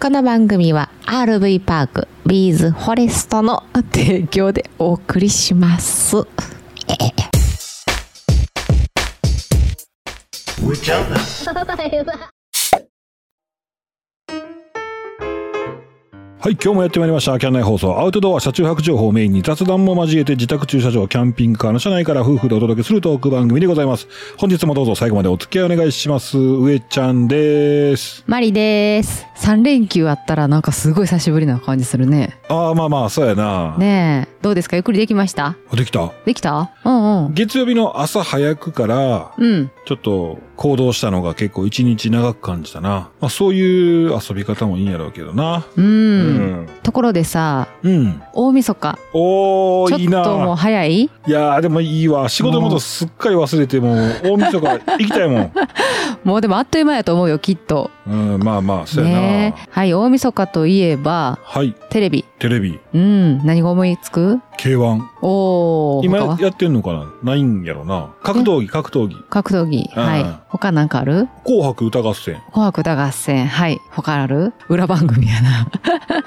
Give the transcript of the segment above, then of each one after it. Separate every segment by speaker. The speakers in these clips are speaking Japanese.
Speaker 1: この番組は RV パークビーズフォレストの提供でお送りします。
Speaker 2: はい、今日もやってまいりました。キャン内放送。アウトドア車中泊情報をメインに雑談も交えて自宅駐車場、キャンピングカーの車内から夫婦でお届けするトーク番組でございます。本日もどうぞ最後までお付き合いお願いします。上ちゃんです。
Speaker 1: マリです。
Speaker 3: 3連休あったらなんかすごい久しぶりな感じするね
Speaker 2: ああ、まあまあ、そうやな。
Speaker 3: ねえどうですかゆっくりできました
Speaker 2: できた。
Speaker 3: できたうんうん
Speaker 2: 月曜日の朝早くから、
Speaker 3: うん
Speaker 2: ちょっと行動したのが結構一日長く感じたな。まあそういう遊び方もいいんやろうけどな。
Speaker 3: うん、
Speaker 2: うん。
Speaker 3: ところでさ
Speaker 2: うん。
Speaker 3: 大晦日
Speaker 2: お
Speaker 3: ち
Speaker 2: ー、
Speaker 3: ょ
Speaker 2: いいな
Speaker 3: っともう早い
Speaker 2: いやーでもいいわ仕事のことすっかり忘れてもう大晦日行きたいもん、
Speaker 3: もうでもあっという間やと思うよきっと
Speaker 2: うん、まあまあそうやな、
Speaker 3: ねえはい大晦日といえば
Speaker 2: はい
Speaker 3: テレビ
Speaker 2: テレビ
Speaker 3: うん何が思いつく
Speaker 2: K1
Speaker 3: おお
Speaker 2: 今
Speaker 3: 他は
Speaker 2: やってんのかなないんやろな格闘技格闘技
Speaker 3: 格闘技
Speaker 2: うん
Speaker 3: はい他なんかある
Speaker 2: 紅白歌合戦
Speaker 3: 紅白歌合戦はい他ある裏番組やな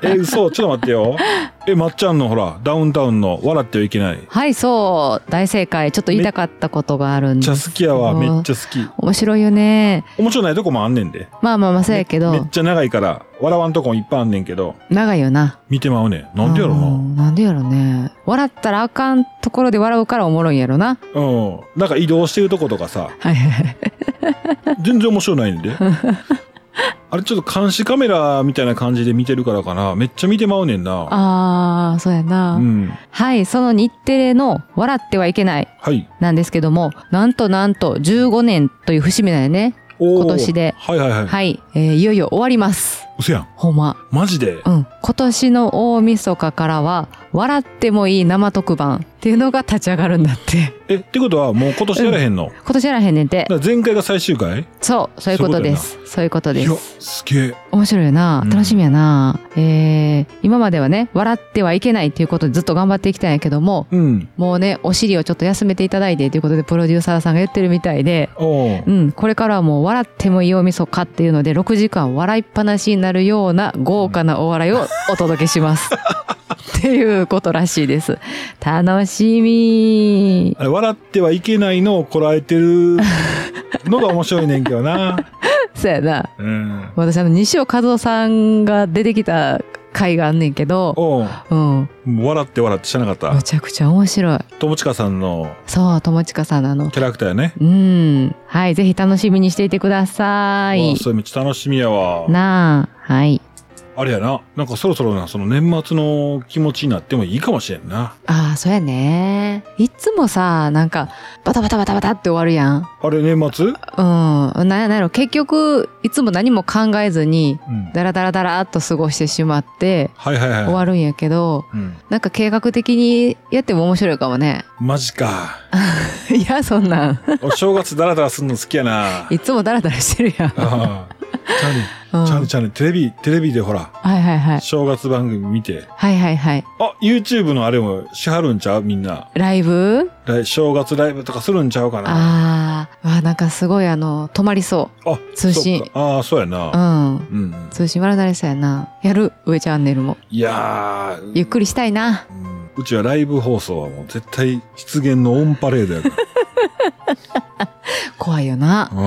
Speaker 2: え嘘ちょっと待ってよ えまっちゃんのほらダウンタウンの「笑ってはいけない」めっ
Speaker 3: はいそう大正解ちょっと言いたかったことがあるん
Speaker 2: ち
Speaker 3: で
Speaker 2: ゃ
Speaker 3: す
Speaker 2: 好きやわめっちゃ好き
Speaker 3: 面白いよね
Speaker 2: 面白ないとこもあんねんで
Speaker 3: まあまあまあそうやけ
Speaker 2: めめっ
Speaker 3: ど、
Speaker 2: ちゃ長いから笑わんとこもいっぱいあんねんけど
Speaker 3: 長いよな。
Speaker 2: 見てまうねんなんでやろ
Speaker 3: う
Speaker 2: なん
Speaker 3: なんでやろね。笑ったらあかんところで笑うからおもろいんやろな。
Speaker 2: うんなんか移動してるとことかさ
Speaker 3: はいはいはい。
Speaker 2: 全然面白ない んで。あれちょっと監視カメラみたいな感じで見てるからかな。めっちゃ見てまうねんな。
Speaker 3: ああ、そうやな、
Speaker 2: うん。
Speaker 3: はい、その日テレの笑ってはいけない
Speaker 2: はい。
Speaker 3: なんですけども、なんとなんと15年という節目だよね。
Speaker 2: おー
Speaker 3: 今年で
Speaker 2: はいはいはい。
Speaker 3: はい、えーいよいよ終わります。
Speaker 2: うせやん。
Speaker 3: ほんま。
Speaker 2: マジで。
Speaker 3: うん。今年の大晦日からは、笑ってもいい生特番っていうのが立ち上がるんだって。
Speaker 2: え、ってことはもう今年やらへんの、だか
Speaker 3: 今年やらへんねんて。
Speaker 2: ら前回が最終回
Speaker 3: そう、そういうことです。そういうことで
Speaker 2: い
Speaker 3: す
Speaker 2: や。、すげえ。
Speaker 3: 面白いよな
Speaker 2: うん
Speaker 3: 楽しみやな、えー、今まではね笑ってはいけないっていうことでずっと頑張ってきたんやけども
Speaker 2: うん。
Speaker 3: もうねお尻をちょっと休めていただいてということでプロデューサーさんが言ってるみたいで
Speaker 2: お
Speaker 3: う
Speaker 2: ー
Speaker 3: んこれからはもう笑ってもいいおみそかっていうので6時間笑いっぱなしになるような豪華なお笑いをお届けします、っていうことらしいです楽しみ
Speaker 2: あれ、笑ってはいけないのをこらえ てるのが面白いねんけどな。
Speaker 3: そうやな
Speaker 2: うん。
Speaker 3: 私あの西尾和夫さんが出てきた回があんねんけど
Speaker 2: おう
Speaker 3: うん
Speaker 2: もう笑って笑ってしてなかった
Speaker 3: む。ちゃくちゃ面白い
Speaker 2: 友近さんの
Speaker 3: そう、友近さんなの。
Speaker 2: キャラクターやね。
Speaker 3: うん。はい、ぜひ楽しみにしていてくださ
Speaker 2: う
Speaker 3: い
Speaker 2: わ。それめっちゃ楽しみやわ。
Speaker 3: なあ、はい。
Speaker 2: あれやな。なんかそろそろな、その年末の気持ちになってもいいかもしれんな。
Speaker 3: ああ、そうやね。いつもさ、なんか、バタバタバタバタって終わるやん。
Speaker 2: あれ、年末
Speaker 3: うん。なんやなんやろ。結局、いつも何も考えずに、
Speaker 2: うん。
Speaker 3: ダラダラダラっと過ごしてしまって、
Speaker 2: はいはいはい。
Speaker 3: 終わるんやけど、
Speaker 2: うん。
Speaker 3: なんか計画的にやっても面白いかも ね。
Speaker 2: マジか。
Speaker 3: いや、そんなん。
Speaker 2: お正月ダラダラするの好きやな。
Speaker 3: いつもダラダラしてるやん。
Speaker 2: ああ。ちゃうねん
Speaker 3: うん
Speaker 2: ちゃうねんちゃうねんテレビ、テレビでほら、
Speaker 3: はいはいはい。
Speaker 2: 正月番組見て。
Speaker 3: はいはいはい。
Speaker 2: あ、YouTube のあれもしはるんちゃうみんな。
Speaker 3: ライブ
Speaker 2: 来正月ライブとかするんちゃうかな。
Speaker 3: あーあ、なんかすごいあの、止まりそ
Speaker 2: あ、
Speaker 3: 通信
Speaker 2: そっかああ、そうや
Speaker 3: う。う
Speaker 2: な。
Speaker 3: ん。
Speaker 2: うんうん。
Speaker 3: 通信笑なれそうやな。やる、上チャンネルも。
Speaker 2: いやー。
Speaker 3: ゆっくりしたいな。
Speaker 2: うんうちはライブ放送はもう絶対出現のオンパレードやから。
Speaker 3: 怖いよ な。
Speaker 2: うん。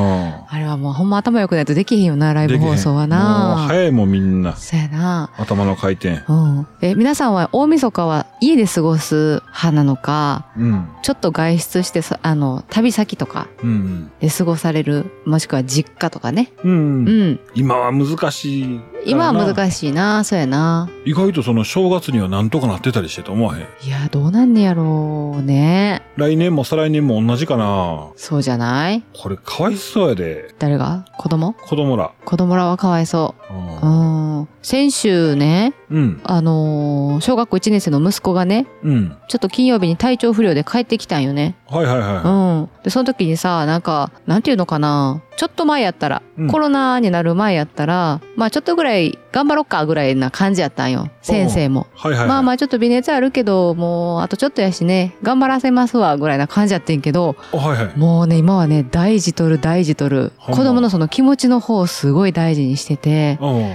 Speaker 3: あれはもうほんま頭良くないとできへんよな、ライブ放送は
Speaker 2: もう
Speaker 3: な。
Speaker 2: 早いもんみんな。
Speaker 3: そうやな。
Speaker 2: 頭の回転。
Speaker 3: うん。え、皆さんは大晦日は家で過ごす派なのか、
Speaker 2: うん。
Speaker 3: ちょっと外出してさ、あの、旅先とか
Speaker 2: うん。
Speaker 3: で過ごされる、もしくは実家とかね。
Speaker 2: うん。
Speaker 3: うん。
Speaker 2: 今は難しいからな。
Speaker 3: 今は難しいな、そうやな。
Speaker 2: 意外とその正月にはなんとかなってたりしてと思わへん。
Speaker 3: いや、どうなんねやろうね。
Speaker 2: 来年も再来年も同じかな。
Speaker 3: そうじゃない
Speaker 2: これかわいそうやで。
Speaker 3: 誰が子供
Speaker 2: 子供ら。。
Speaker 3: 子供らはかわいそうう。うんん。先週ね、
Speaker 2: うん。
Speaker 3: あのー小学校1年生の息子がね、
Speaker 2: うん。
Speaker 3: ちょっと金曜日に体調不良で帰ってきたんよね。
Speaker 2: はいはいは
Speaker 3: うん。で、その時にさ、なんか、なんていうのかな、ちょっと前やったら、
Speaker 2: うん
Speaker 3: コロナになる前やったら、まあちょっとぐらい頑張ろっかぐらいな感じやったんよ。先生も。
Speaker 2: い。はいはいはい。
Speaker 3: まあまあちょっと微熱あるけど、もうあとちょっとやしね、頑張らせますわぐらいな感じやってんけど、
Speaker 2: あ。はいはい。
Speaker 3: もうね、今はね、大事とる大事とる。
Speaker 2: ほん
Speaker 3: 子
Speaker 2: ま
Speaker 3: 供のその気持ちの方をすごい大事にしてて、
Speaker 2: うん。
Speaker 3: うん。や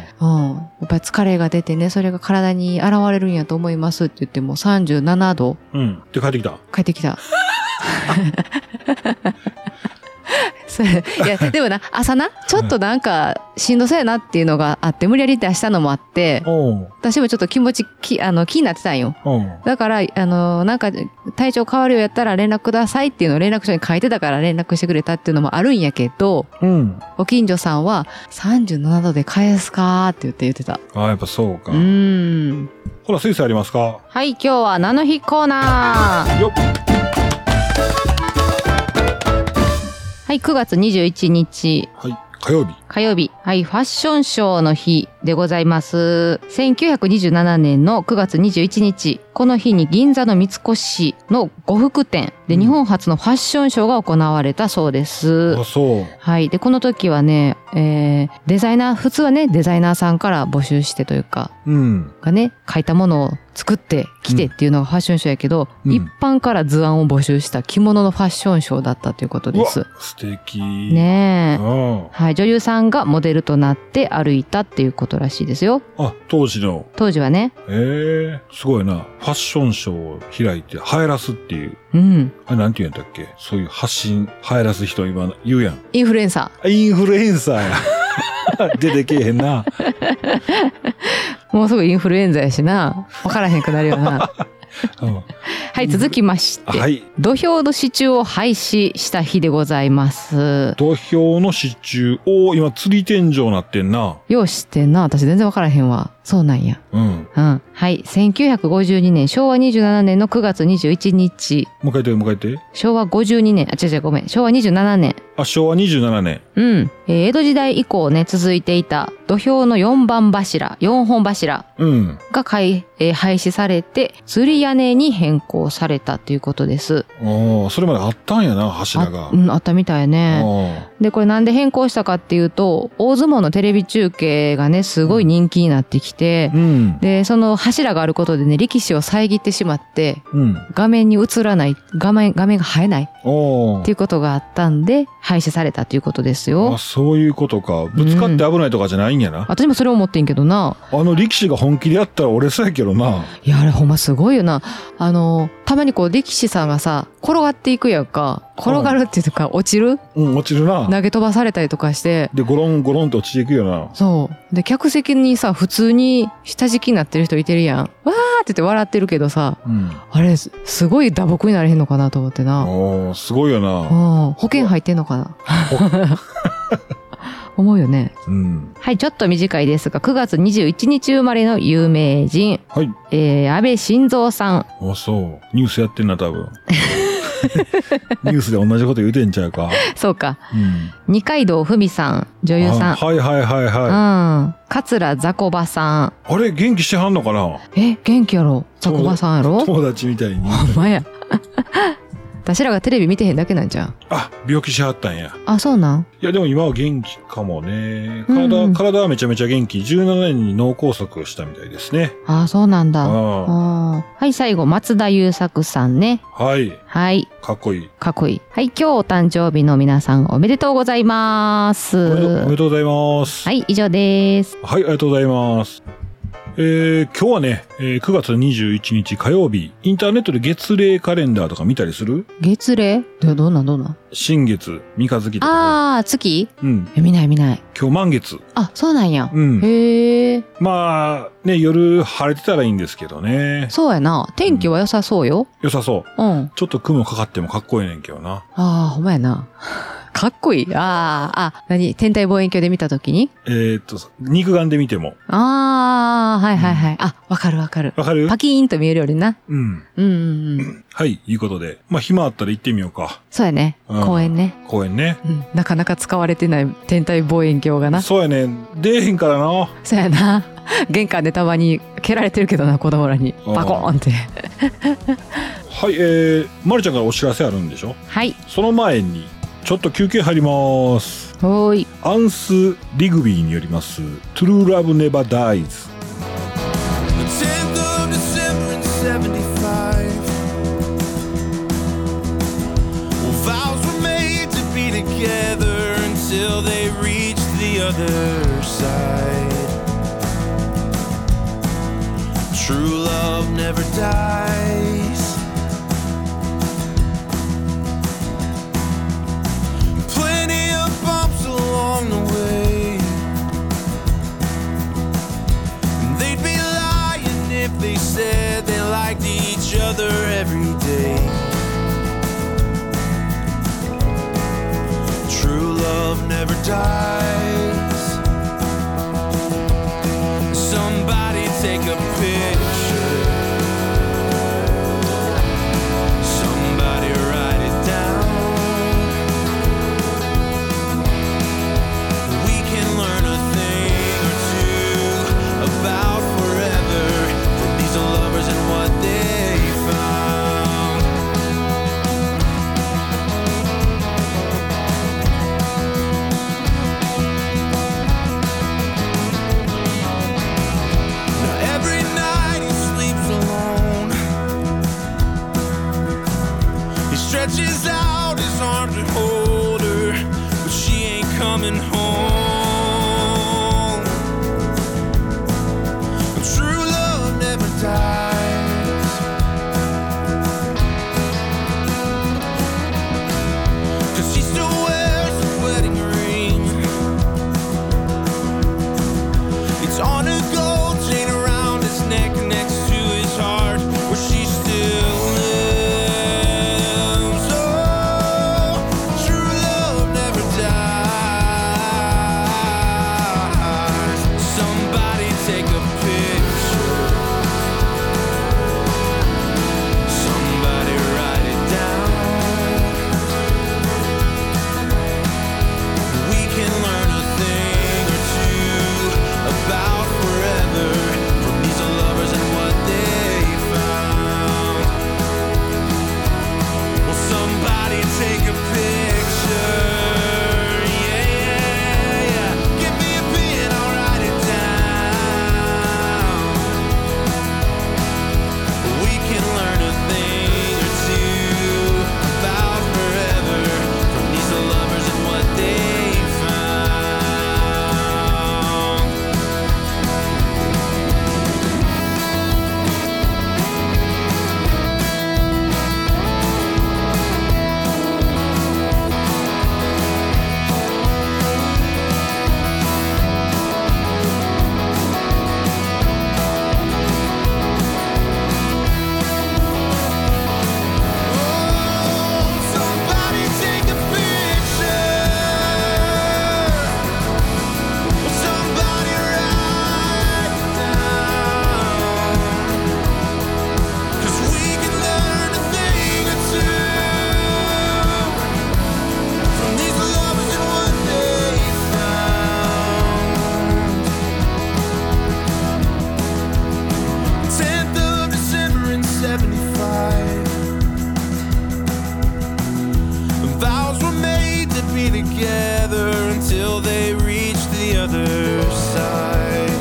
Speaker 3: っぱか疲れが出てね、それが体に現れるんやと思いますって言っても37度
Speaker 2: うん。で、帰ってきた。
Speaker 3: 帰ってきた。 それい やでもな朝なちょっとなんかしんどそうやなっていうのがあって無理やり出したのもあって
Speaker 2: おう
Speaker 3: 私もちょっと気持ちきあの気になってたんよ
Speaker 2: おう
Speaker 3: だからあのなんか体調変わるようやったら連絡くださいっていうのを連絡書に書いてたから連絡してくれたっていうのもあるんやけど
Speaker 2: うん。
Speaker 3: ご近所さんは37度で返すかーって言って言ってた
Speaker 2: ああ、やっぱそうか
Speaker 3: う。ーん
Speaker 2: ほら、スイスありますか
Speaker 3: はい今日は「ナの日コーナー」
Speaker 2: よっ。
Speaker 3: はい9月21日
Speaker 2: はい。火曜日。
Speaker 3: 火曜日。はい、ファッションショーの日でございます。1927年の9月21日、この日に銀座の三越の呉服店で
Speaker 2: うん
Speaker 3: 日本初のファッションショーが行われたそうです。
Speaker 2: あ、そう。
Speaker 3: はい。で、この時はね、えー、デザイナー、普通はね、デザイナーさんから募集してというか、
Speaker 2: うん。
Speaker 3: がね、書いたものを作ってきてっていうのがファッションショーやけど、
Speaker 2: うん
Speaker 3: 一般から図案を募集した着物のファッションショーだったということ
Speaker 2: う
Speaker 3: で
Speaker 2: わ、
Speaker 3: す。
Speaker 2: 素敵。
Speaker 3: ねえ。
Speaker 2: うん。
Speaker 3: はい、女優さんがモデルとなって歩いたっていうことらしいですよ。
Speaker 2: あ、当時の。
Speaker 3: 当時はね。
Speaker 2: ええすごいな。ファッションショーを開いて、流行らすっていう。
Speaker 3: うん。
Speaker 2: あれ、なんて言うんだっけそういう発信、流行らす人、今、言うやん。
Speaker 3: インフルエンサ
Speaker 2: あインフルエンサーや。 出てけえへんな。
Speaker 3: ー。もうすぐインフルエンザやしな。わからへんくなるよ な。
Speaker 2: うん
Speaker 3: はい、続きまして。
Speaker 2: はい。
Speaker 3: 土俵の支柱を廃止した日でございます。
Speaker 2: 土俵の支柱を、今、釣り天井なってんな。
Speaker 3: よう知ってんな。私全然わからへんわ。そうなんや。
Speaker 2: うん。
Speaker 3: うん。はい。1952年、昭和27年の9月21日。
Speaker 2: もう一回言って、もう一回言って。
Speaker 3: 昭和52年、あ、違う違う、ごめん。昭和27年。
Speaker 2: あ、昭和27年。
Speaker 3: うん。えー江戸時代以降ね、続いていた土俵の4番柱、4本柱
Speaker 2: うん。
Speaker 3: が開、えー廃止されて、釣り屋根に変更されたということです。
Speaker 2: ああ、それまであったんやな、柱が。
Speaker 3: あうん、あったみたいね。
Speaker 2: あ
Speaker 3: で、これなんで変更したかっていうと、大相撲のテレビ中継がね、すごい人気になってきて
Speaker 2: あ。、うん。
Speaker 3: で、その柱があることでね、力士を遮ってしまって、
Speaker 2: うん。
Speaker 3: 画面に映らない、画面、画面が映えないっ
Speaker 2: お
Speaker 3: ていうことがあったんで、廃止されたということです
Speaker 2: あ。あ、
Speaker 3: よ。
Speaker 2: そういうことか。ぶつかって危ないとかじゃないんやな。
Speaker 3: 私もそれ思ってんけどな。
Speaker 2: あの力士が本気でやったら俺さやけどな。
Speaker 3: いや、あれほんますごいよな。あの、たまにこう、力士さんがさ、転がっていくやんか。転がるっていうか、落ちる
Speaker 2: うん、落ちるな。
Speaker 3: 投げ飛ばされたりとかして。
Speaker 2: で、ゴロンゴロンと落ちていくよな。
Speaker 3: そう。で、客席にさ、普通に下敷きになってる人いてるやん。わーって言って笑ってるけどさ、
Speaker 2: うん。
Speaker 3: あれ、すすごい打撲になれへんのかなと思ってな。
Speaker 2: おー、すごいよ
Speaker 3: うん。
Speaker 2: な。
Speaker 3: 保険入ってんのかな 思うよね。
Speaker 2: うん。
Speaker 3: はい、ちょっと短いですが、9月21日生まれの有名人、
Speaker 2: はい。
Speaker 3: えー、安倍晋三さん。
Speaker 2: あ、そう。ニュースやってんな、多分。ニュースで同じこと言うてんちゃうか。
Speaker 3: そうか。
Speaker 2: うん。
Speaker 3: 二階堂ふみさん、女優さん
Speaker 2: あ。はいはいはいは
Speaker 3: うん。桂ザコバさ。
Speaker 2: い。あれ、元気してはんのかなん
Speaker 3: え、元気やろザコバさんやろ
Speaker 2: 友達みたいに。
Speaker 3: ほんまや。 私らがテレビ見てへんだけなんじゃん。
Speaker 2: あ、病気しはったんや。
Speaker 3: あ、そうなん
Speaker 2: いや、でも今は元気かもね。
Speaker 3: うんう
Speaker 2: 体、
Speaker 3: ん
Speaker 2: 体はめちゃめちゃ元気。17年に脳梗塞をしたみたいですね。
Speaker 3: あ、そうなんだ。あ
Speaker 2: あ
Speaker 3: ーはい、最後、松田優作さんね。
Speaker 2: あ。はい。
Speaker 3: はい。
Speaker 2: かっこいい。
Speaker 3: かっこいい。はい、今日お誕生日の皆さんおめでとうございま
Speaker 2: おめでおめ
Speaker 3: す。
Speaker 2: でとうございます。
Speaker 3: は
Speaker 2: はい、
Speaker 3: い、以上です。
Speaker 2: ありがとうございます。えー、今日はね、えー9月21日火曜日、インターネットで月例カレンダーとか見たりする
Speaker 3: 月齢どどんなんどんなん
Speaker 2: 新月、三日月とかね。
Speaker 3: あー、月
Speaker 2: うん。
Speaker 3: え見ない見ない。
Speaker 2: 今日満月。
Speaker 3: あ、そうなんや。
Speaker 2: うん。
Speaker 3: へえ、
Speaker 2: まあ、ね、夜晴れてたらいいんですけどね。
Speaker 3: そうやな。天気は良さそうよ。
Speaker 2: 良さそう。
Speaker 3: うん
Speaker 2: ちょっと雲かかってもかっこいいねんけどな。
Speaker 3: ああ、ほんまやな。 かっこいい。ああ、あ、何天体望遠鏡で見たときに
Speaker 2: えーっと、肉眼で見ても。
Speaker 3: ああ、はいはいはい。あ、わかるわかる。
Speaker 2: わかる
Speaker 3: パキーンと見えるよりな。
Speaker 2: うん。
Speaker 3: うんうんうん。
Speaker 2: はい、いうことで。まあ、暇あったら行ってみようか。
Speaker 3: そうやね。
Speaker 2: うん
Speaker 3: 公園ね。
Speaker 2: 公園ね。
Speaker 3: うん。なかなか使われてない天体望遠鏡がな。
Speaker 2: そうやね。出えへんからな。
Speaker 3: そうやな。玄関でたまに蹴られてるけどな、子供らに。
Speaker 2: うん
Speaker 3: バコーンって。
Speaker 2: はい、えー、まるちゃんからお知らせあるんでしょ
Speaker 3: はい。
Speaker 2: その前に、ちょっと休憩入ります。
Speaker 3: おーい。
Speaker 2: アンス・リグビーによります、True Love Never
Speaker 4: The
Speaker 2: Dies。
Speaker 4: 10th of December in 75. Well, vows were made to be together until they reached the other side. True love never dies. Plenty of bumps along the way. And they'd be lying if they said they liked each other every day. True love never dies. Somebody take a picture. Somebody write it down. We can learn a thing or two about forever from these lovers and what they found. Now every night he sleeps alone. He stretches out his arms and hold her, but she ain't coming home. True love never dies. Cause she still wears a wedding ring. It's on a gold chain around his neck next to his heart where she still lives. Oh, true love never dies. Somebody take a picture. Somebody write it down. We can learn a thing or two about forever from these lovers and what they found. Will somebody take a picture? Yeah, yeah, yeah. Give me a pen, I'll write it down. We can learn a thing or two about forever from these lovers and what they found. Somebody take a picture. Somebody write it down. 'Cause we can learn a thing or two from these lovers and what they found. 10th of December in 75. Vows were made to be together until they reached the other side.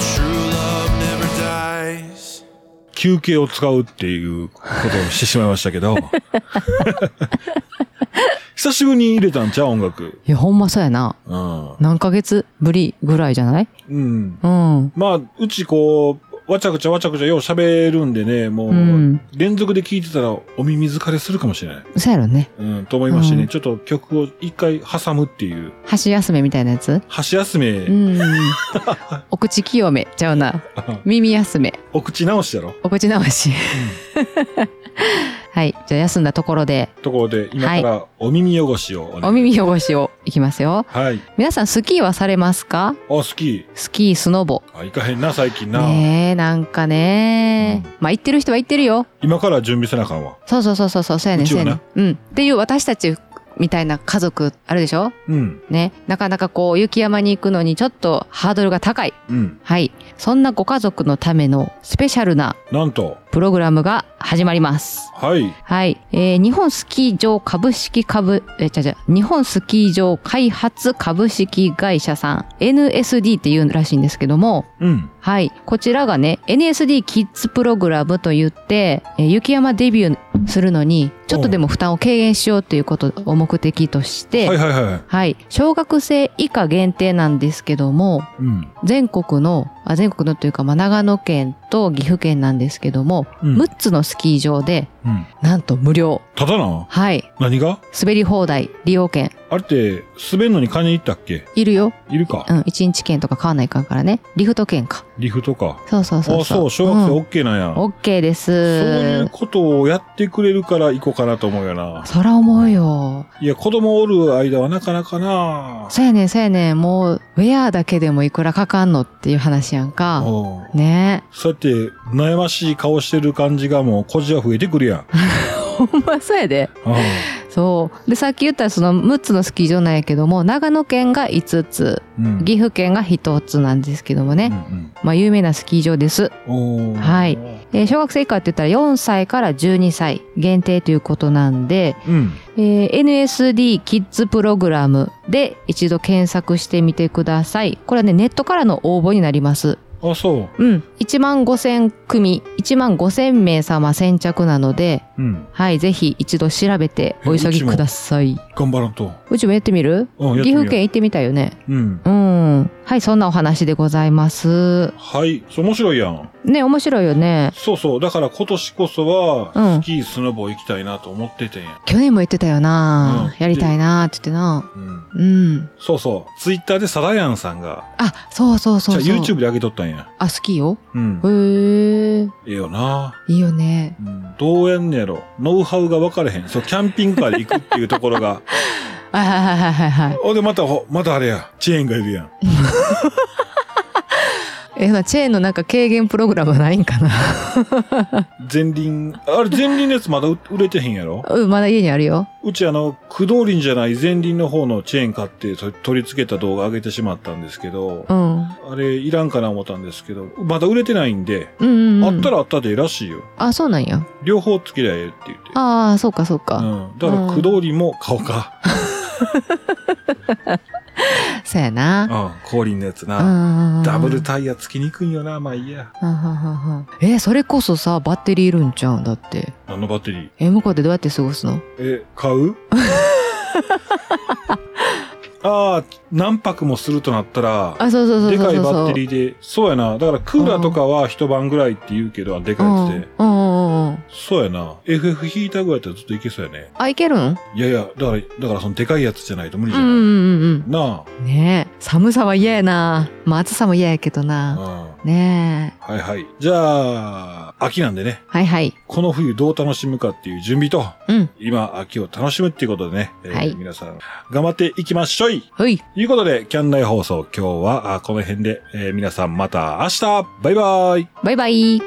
Speaker 4: True love never dies.
Speaker 2: 休憩を使うっていうことをしてしまいました けど。久しぶりに入れたんちゃう音楽。
Speaker 3: いや、ほんまそうやな。
Speaker 2: うん。
Speaker 3: 何ヶ月ぶりぐらいじゃない
Speaker 2: うん。
Speaker 3: うん。
Speaker 2: まあ、うちこう、わちゃくちゃわちゃくちゃよう喋るんでね、もう、
Speaker 3: うん
Speaker 2: 連続で聴いてたらお耳疲れするかもしれない。
Speaker 3: そうやろね。
Speaker 2: うん、と思いましてね、
Speaker 3: うん
Speaker 2: ちょっと曲を一回挟むっていう、
Speaker 3: 箸休めみたいなやつ
Speaker 2: 箸休め、
Speaker 3: うん。お口清めちゃうな。耳休め。
Speaker 2: お口直しやろ
Speaker 3: お口直し。はい。じゃあ休んだところで、
Speaker 2: ところで、今からお耳汚しをお願い
Speaker 3: お耳汚しをいきますよ。
Speaker 2: はい。
Speaker 3: 皆さんスキーはされますか
Speaker 2: あ、好き。
Speaker 3: スキー、スノボ。
Speaker 2: あ、行かへんな、最近な。
Speaker 3: ねえ、なんかね、
Speaker 2: う
Speaker 3: まあ、行ってる人は行ってるよ。
Speaker 2: 今から準備せなあかんわ。
Speaker 3: そうそうそうそうそう、そうやね、
Speaker 2: うんち
Speaker 3: そう
Speaker 2: は
Speaker 3: やね。
Speaker 2: なん
Speaker 3: うん。っていう私たちみたいな家族あるでしょ
Speaker 2: うん、
Speaker 3: ね。なかなかこう、雪山に行くのにちょっとハードルが高い。
Speaker 2: うん。
Speaker 3: はい。そんなご家族のためのスペシャルな
Speaker 2: なんと、
Speaker 3: プログラムが始まります。
Speaker 2: はい。
Speaker 3: はい。えー日本スキー場株式株、えー、ちゃちゃ、日本スキー場開発株式会社さん、NSD っていうらしいんですけども、
Speaker 2: うん、
Speaker 3: はい。こちらがね、NSD キッズプログラムと言って、えー雪山デビューするのに、ちょっとでも負担を軽減しようということを目的として、
Speaker 2: はいはいはい。
Speaker 3: はい、小学生以下限定なんですけども、
Speaker 2: うん。
Speaker 3: 全国の、あ全国のというか、まあ、長野県と岐阜県なんですけども、
Speaker 2: うん
Speaker 3: 6つのスキー場で、
Speaker 2: うん。
Speaker 3: なんと無料。
Speaker 2: ただな、
Speaker 3: はい。
Speaker 2: 何が
Speaker 3: 滑り放題、利用券。
Speaker 2: あれって、滑るのに金いったっけ
Speaker 3: いるよ。
Speaker 2: いるか
Speaker 3: う。ん、1日券とか買わないかんからね。リフト券か。
Speaker 2: リフとか。
Speaker 3: そうそうそう
Speaker 2: あ、そう、小学生 OK なんや。
Speaker 3: オッケーで
Speaker 2: そういう
Speaker 3: す。
Speaker 2: ことをやってくれるから行こうかなと思うよな。
Speaker 3: そら思うよ。
Speaker 2: いや、子供おる間はなかなかな。
Speaker 3: そうやねん、そうやねん。もう、ウェアだけでもいくらかかんのっていう話やんか。
Speaker 2: おう
Speaker 3: ね
Speaker 2: そうやって、悩ましい顔してる感じがもう、こじは増えてくるやん。
Speaker 3: え。ほんまそうやで。
Speaker 2: あ
Speaker 3: そう。で、さっき言ったその6つのスキー場なんやけども、長野県が5つ、
Speaker 2: うん
Speaker 3: 岐阜県が1つなんですけどもね。
Speaker 2: うん
Speaker 3: まあ、有名なスキー場です。
Speaker 2: うんおー
Speaker 3: はいえー小学生以下って言ったら4歳から12歳限定ということなんで、
Speaker 2: うん。
Speaker 3: えー NSD キッズプログラムで一度検索してみてください。これはね、ネットからの応募になります。
Speaker 2: あ、そ
Speaker 3: うん。1万5千組、1万5千名様先着なので、
Speaker 2: う。うん。
Speaker 3: はい、ぜひ一度調べてお急ぎください。
Speaker 2: 頑張らんと。
Speaker 3: うちもやってみる
Speaker 2: うん、やって
Speaker 3: 岐
Speaker 2: みよう
Speaker 3: 阜県行ってみたいよね。
Speaker 2: うん。
Speaker 3: うん。はい、そんなお話でございます。
Speaker 2: はい。そう、面白いやん。
Speaker 3: ね、面白いよね。
Speaker 2: そうそう。だから今年こそ
Speaker 3: う
Speaker 2: は、
Speaker 3: ん
Speaker 2: スキー、スノボ行きたいなと思っててんや。
Speaker 3: 去年も言ってたよな、
Speaker 2: うん
Speaker 3: やりたいなって言ってな。
Speaker 2: うん。
Speaker 3: うん。
Speaker 2: そうそう。ツイッターでサダヤンさんが、
Speaker 3: あ、そうそうそうそう。
Speaker 2: じゃあ YouTube で上げとったんや。
Speaker 3: あ、好きよ。
Speaker 2: うん。
Speaker 3: へえ。
Speaker 2: ええよな。
Speaker 3: いいよね。
Speaker 2: うんどうやんねやろノウハウが分かれへん。そう、キャンピングカーで行くっていうところが。
Speaker 3: はいはいはいはいはい。
Speaker 2: ほんで、またほ、またあれや。チェーンがいるやん。
Speaker 3: え、まあチェーンのなんか軽減プログラムはないんかな。
Speaker 2: 前輪、あれ前輪のやつまだ売売れてへんやろ
Speaker 3: うん、まだ家にあるよ。
Speaker 2: うちあの、駆動輪じゃない前輪の方のチェーン買ってと取り付けた動画上げてしまったんですけど
Speaker 3: う、ん。うん
Speaker 2: あれいらんかな思ったんですけど、まだ売れてないんで、
Speaker 3: うん、うん。
Speaker 2: あったらあったでええらしいよ。
Speaker 3: あ、そうなんや。
Speaker 2: 両方付きりゃええって言って。
Speaker 3: ああ、そうかそうか。
Speaker 2: うん。だから駆動輪も買おうか。
Speaker 3: そうやな。
Speaker 2: うん。後輪のやつ
Speaker 3: う
Speaker 2: な。
Speaker 3: ん。
Speaker 2: ダブルタイヤ付きにくいよな。まあいいや。
Speaker 3: うんうんうんうんえ、それこそさ、バッテリーいるんちゃうんだって。
Speaker 2: 何のバッテリー
Speaker 3: え、向こうでどうやって過ごすの
Speaker 2: え、買う ああ、何泊もするとなったら、
Speaker 3: あ、そうそうそう
Speaker 2: で
Speaker 3: そうそ
Speaker 2: か
Speaker 3: う。
Speaker 2: いバッテリーで、そうやな。だからクーラーとかは一晩ぐらいって言うけど、あでかいって。
Speaker 3: うんうんうんうん。
Speaker 2: そうやな。FF 引いたぐらいだったらずっといけそうやね。
Speaker 3: あ、いけるん
Speaker 2: いやいや、だから、だからそのでかいやつじゃないと無理
Speaker 3: う
Speaker 2: じゃ
Speaker 3: ん
Speaker 2: な
Speaker 3: う
Speaker 2: い。
Speaker 3: んうん
Speaker 2: な
Speaker 3: うん。ねえ。寒さは嫌やな。まあ暑さも嫌やけど
Speaker 2: あ、うん
Speaker 3: な。。ねえ。
Speaker 2: はいはい。じゃあ、秋なんでね、
Speaker 3: はいはい。
Speaker 2: この冬どう楽しむかっていう準備と、
Speaker 3: うん。
Speaker 2: 今、秋を楽しむっていうことでね、えー
Speaker 3: はい
Speaker 2: 皆さん、頑張っていきましょい
Speaker 3: ほい。
Speaker 2: ということで、キャン内放送、今日はあこの辺で、えー皆さんまた明日バイバイ
Speaker 3: バイバイ。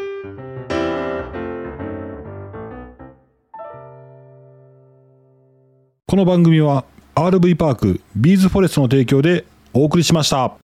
Speaker 2: この番組は RV パーク、ビーズフォレストの提供でお送りしました。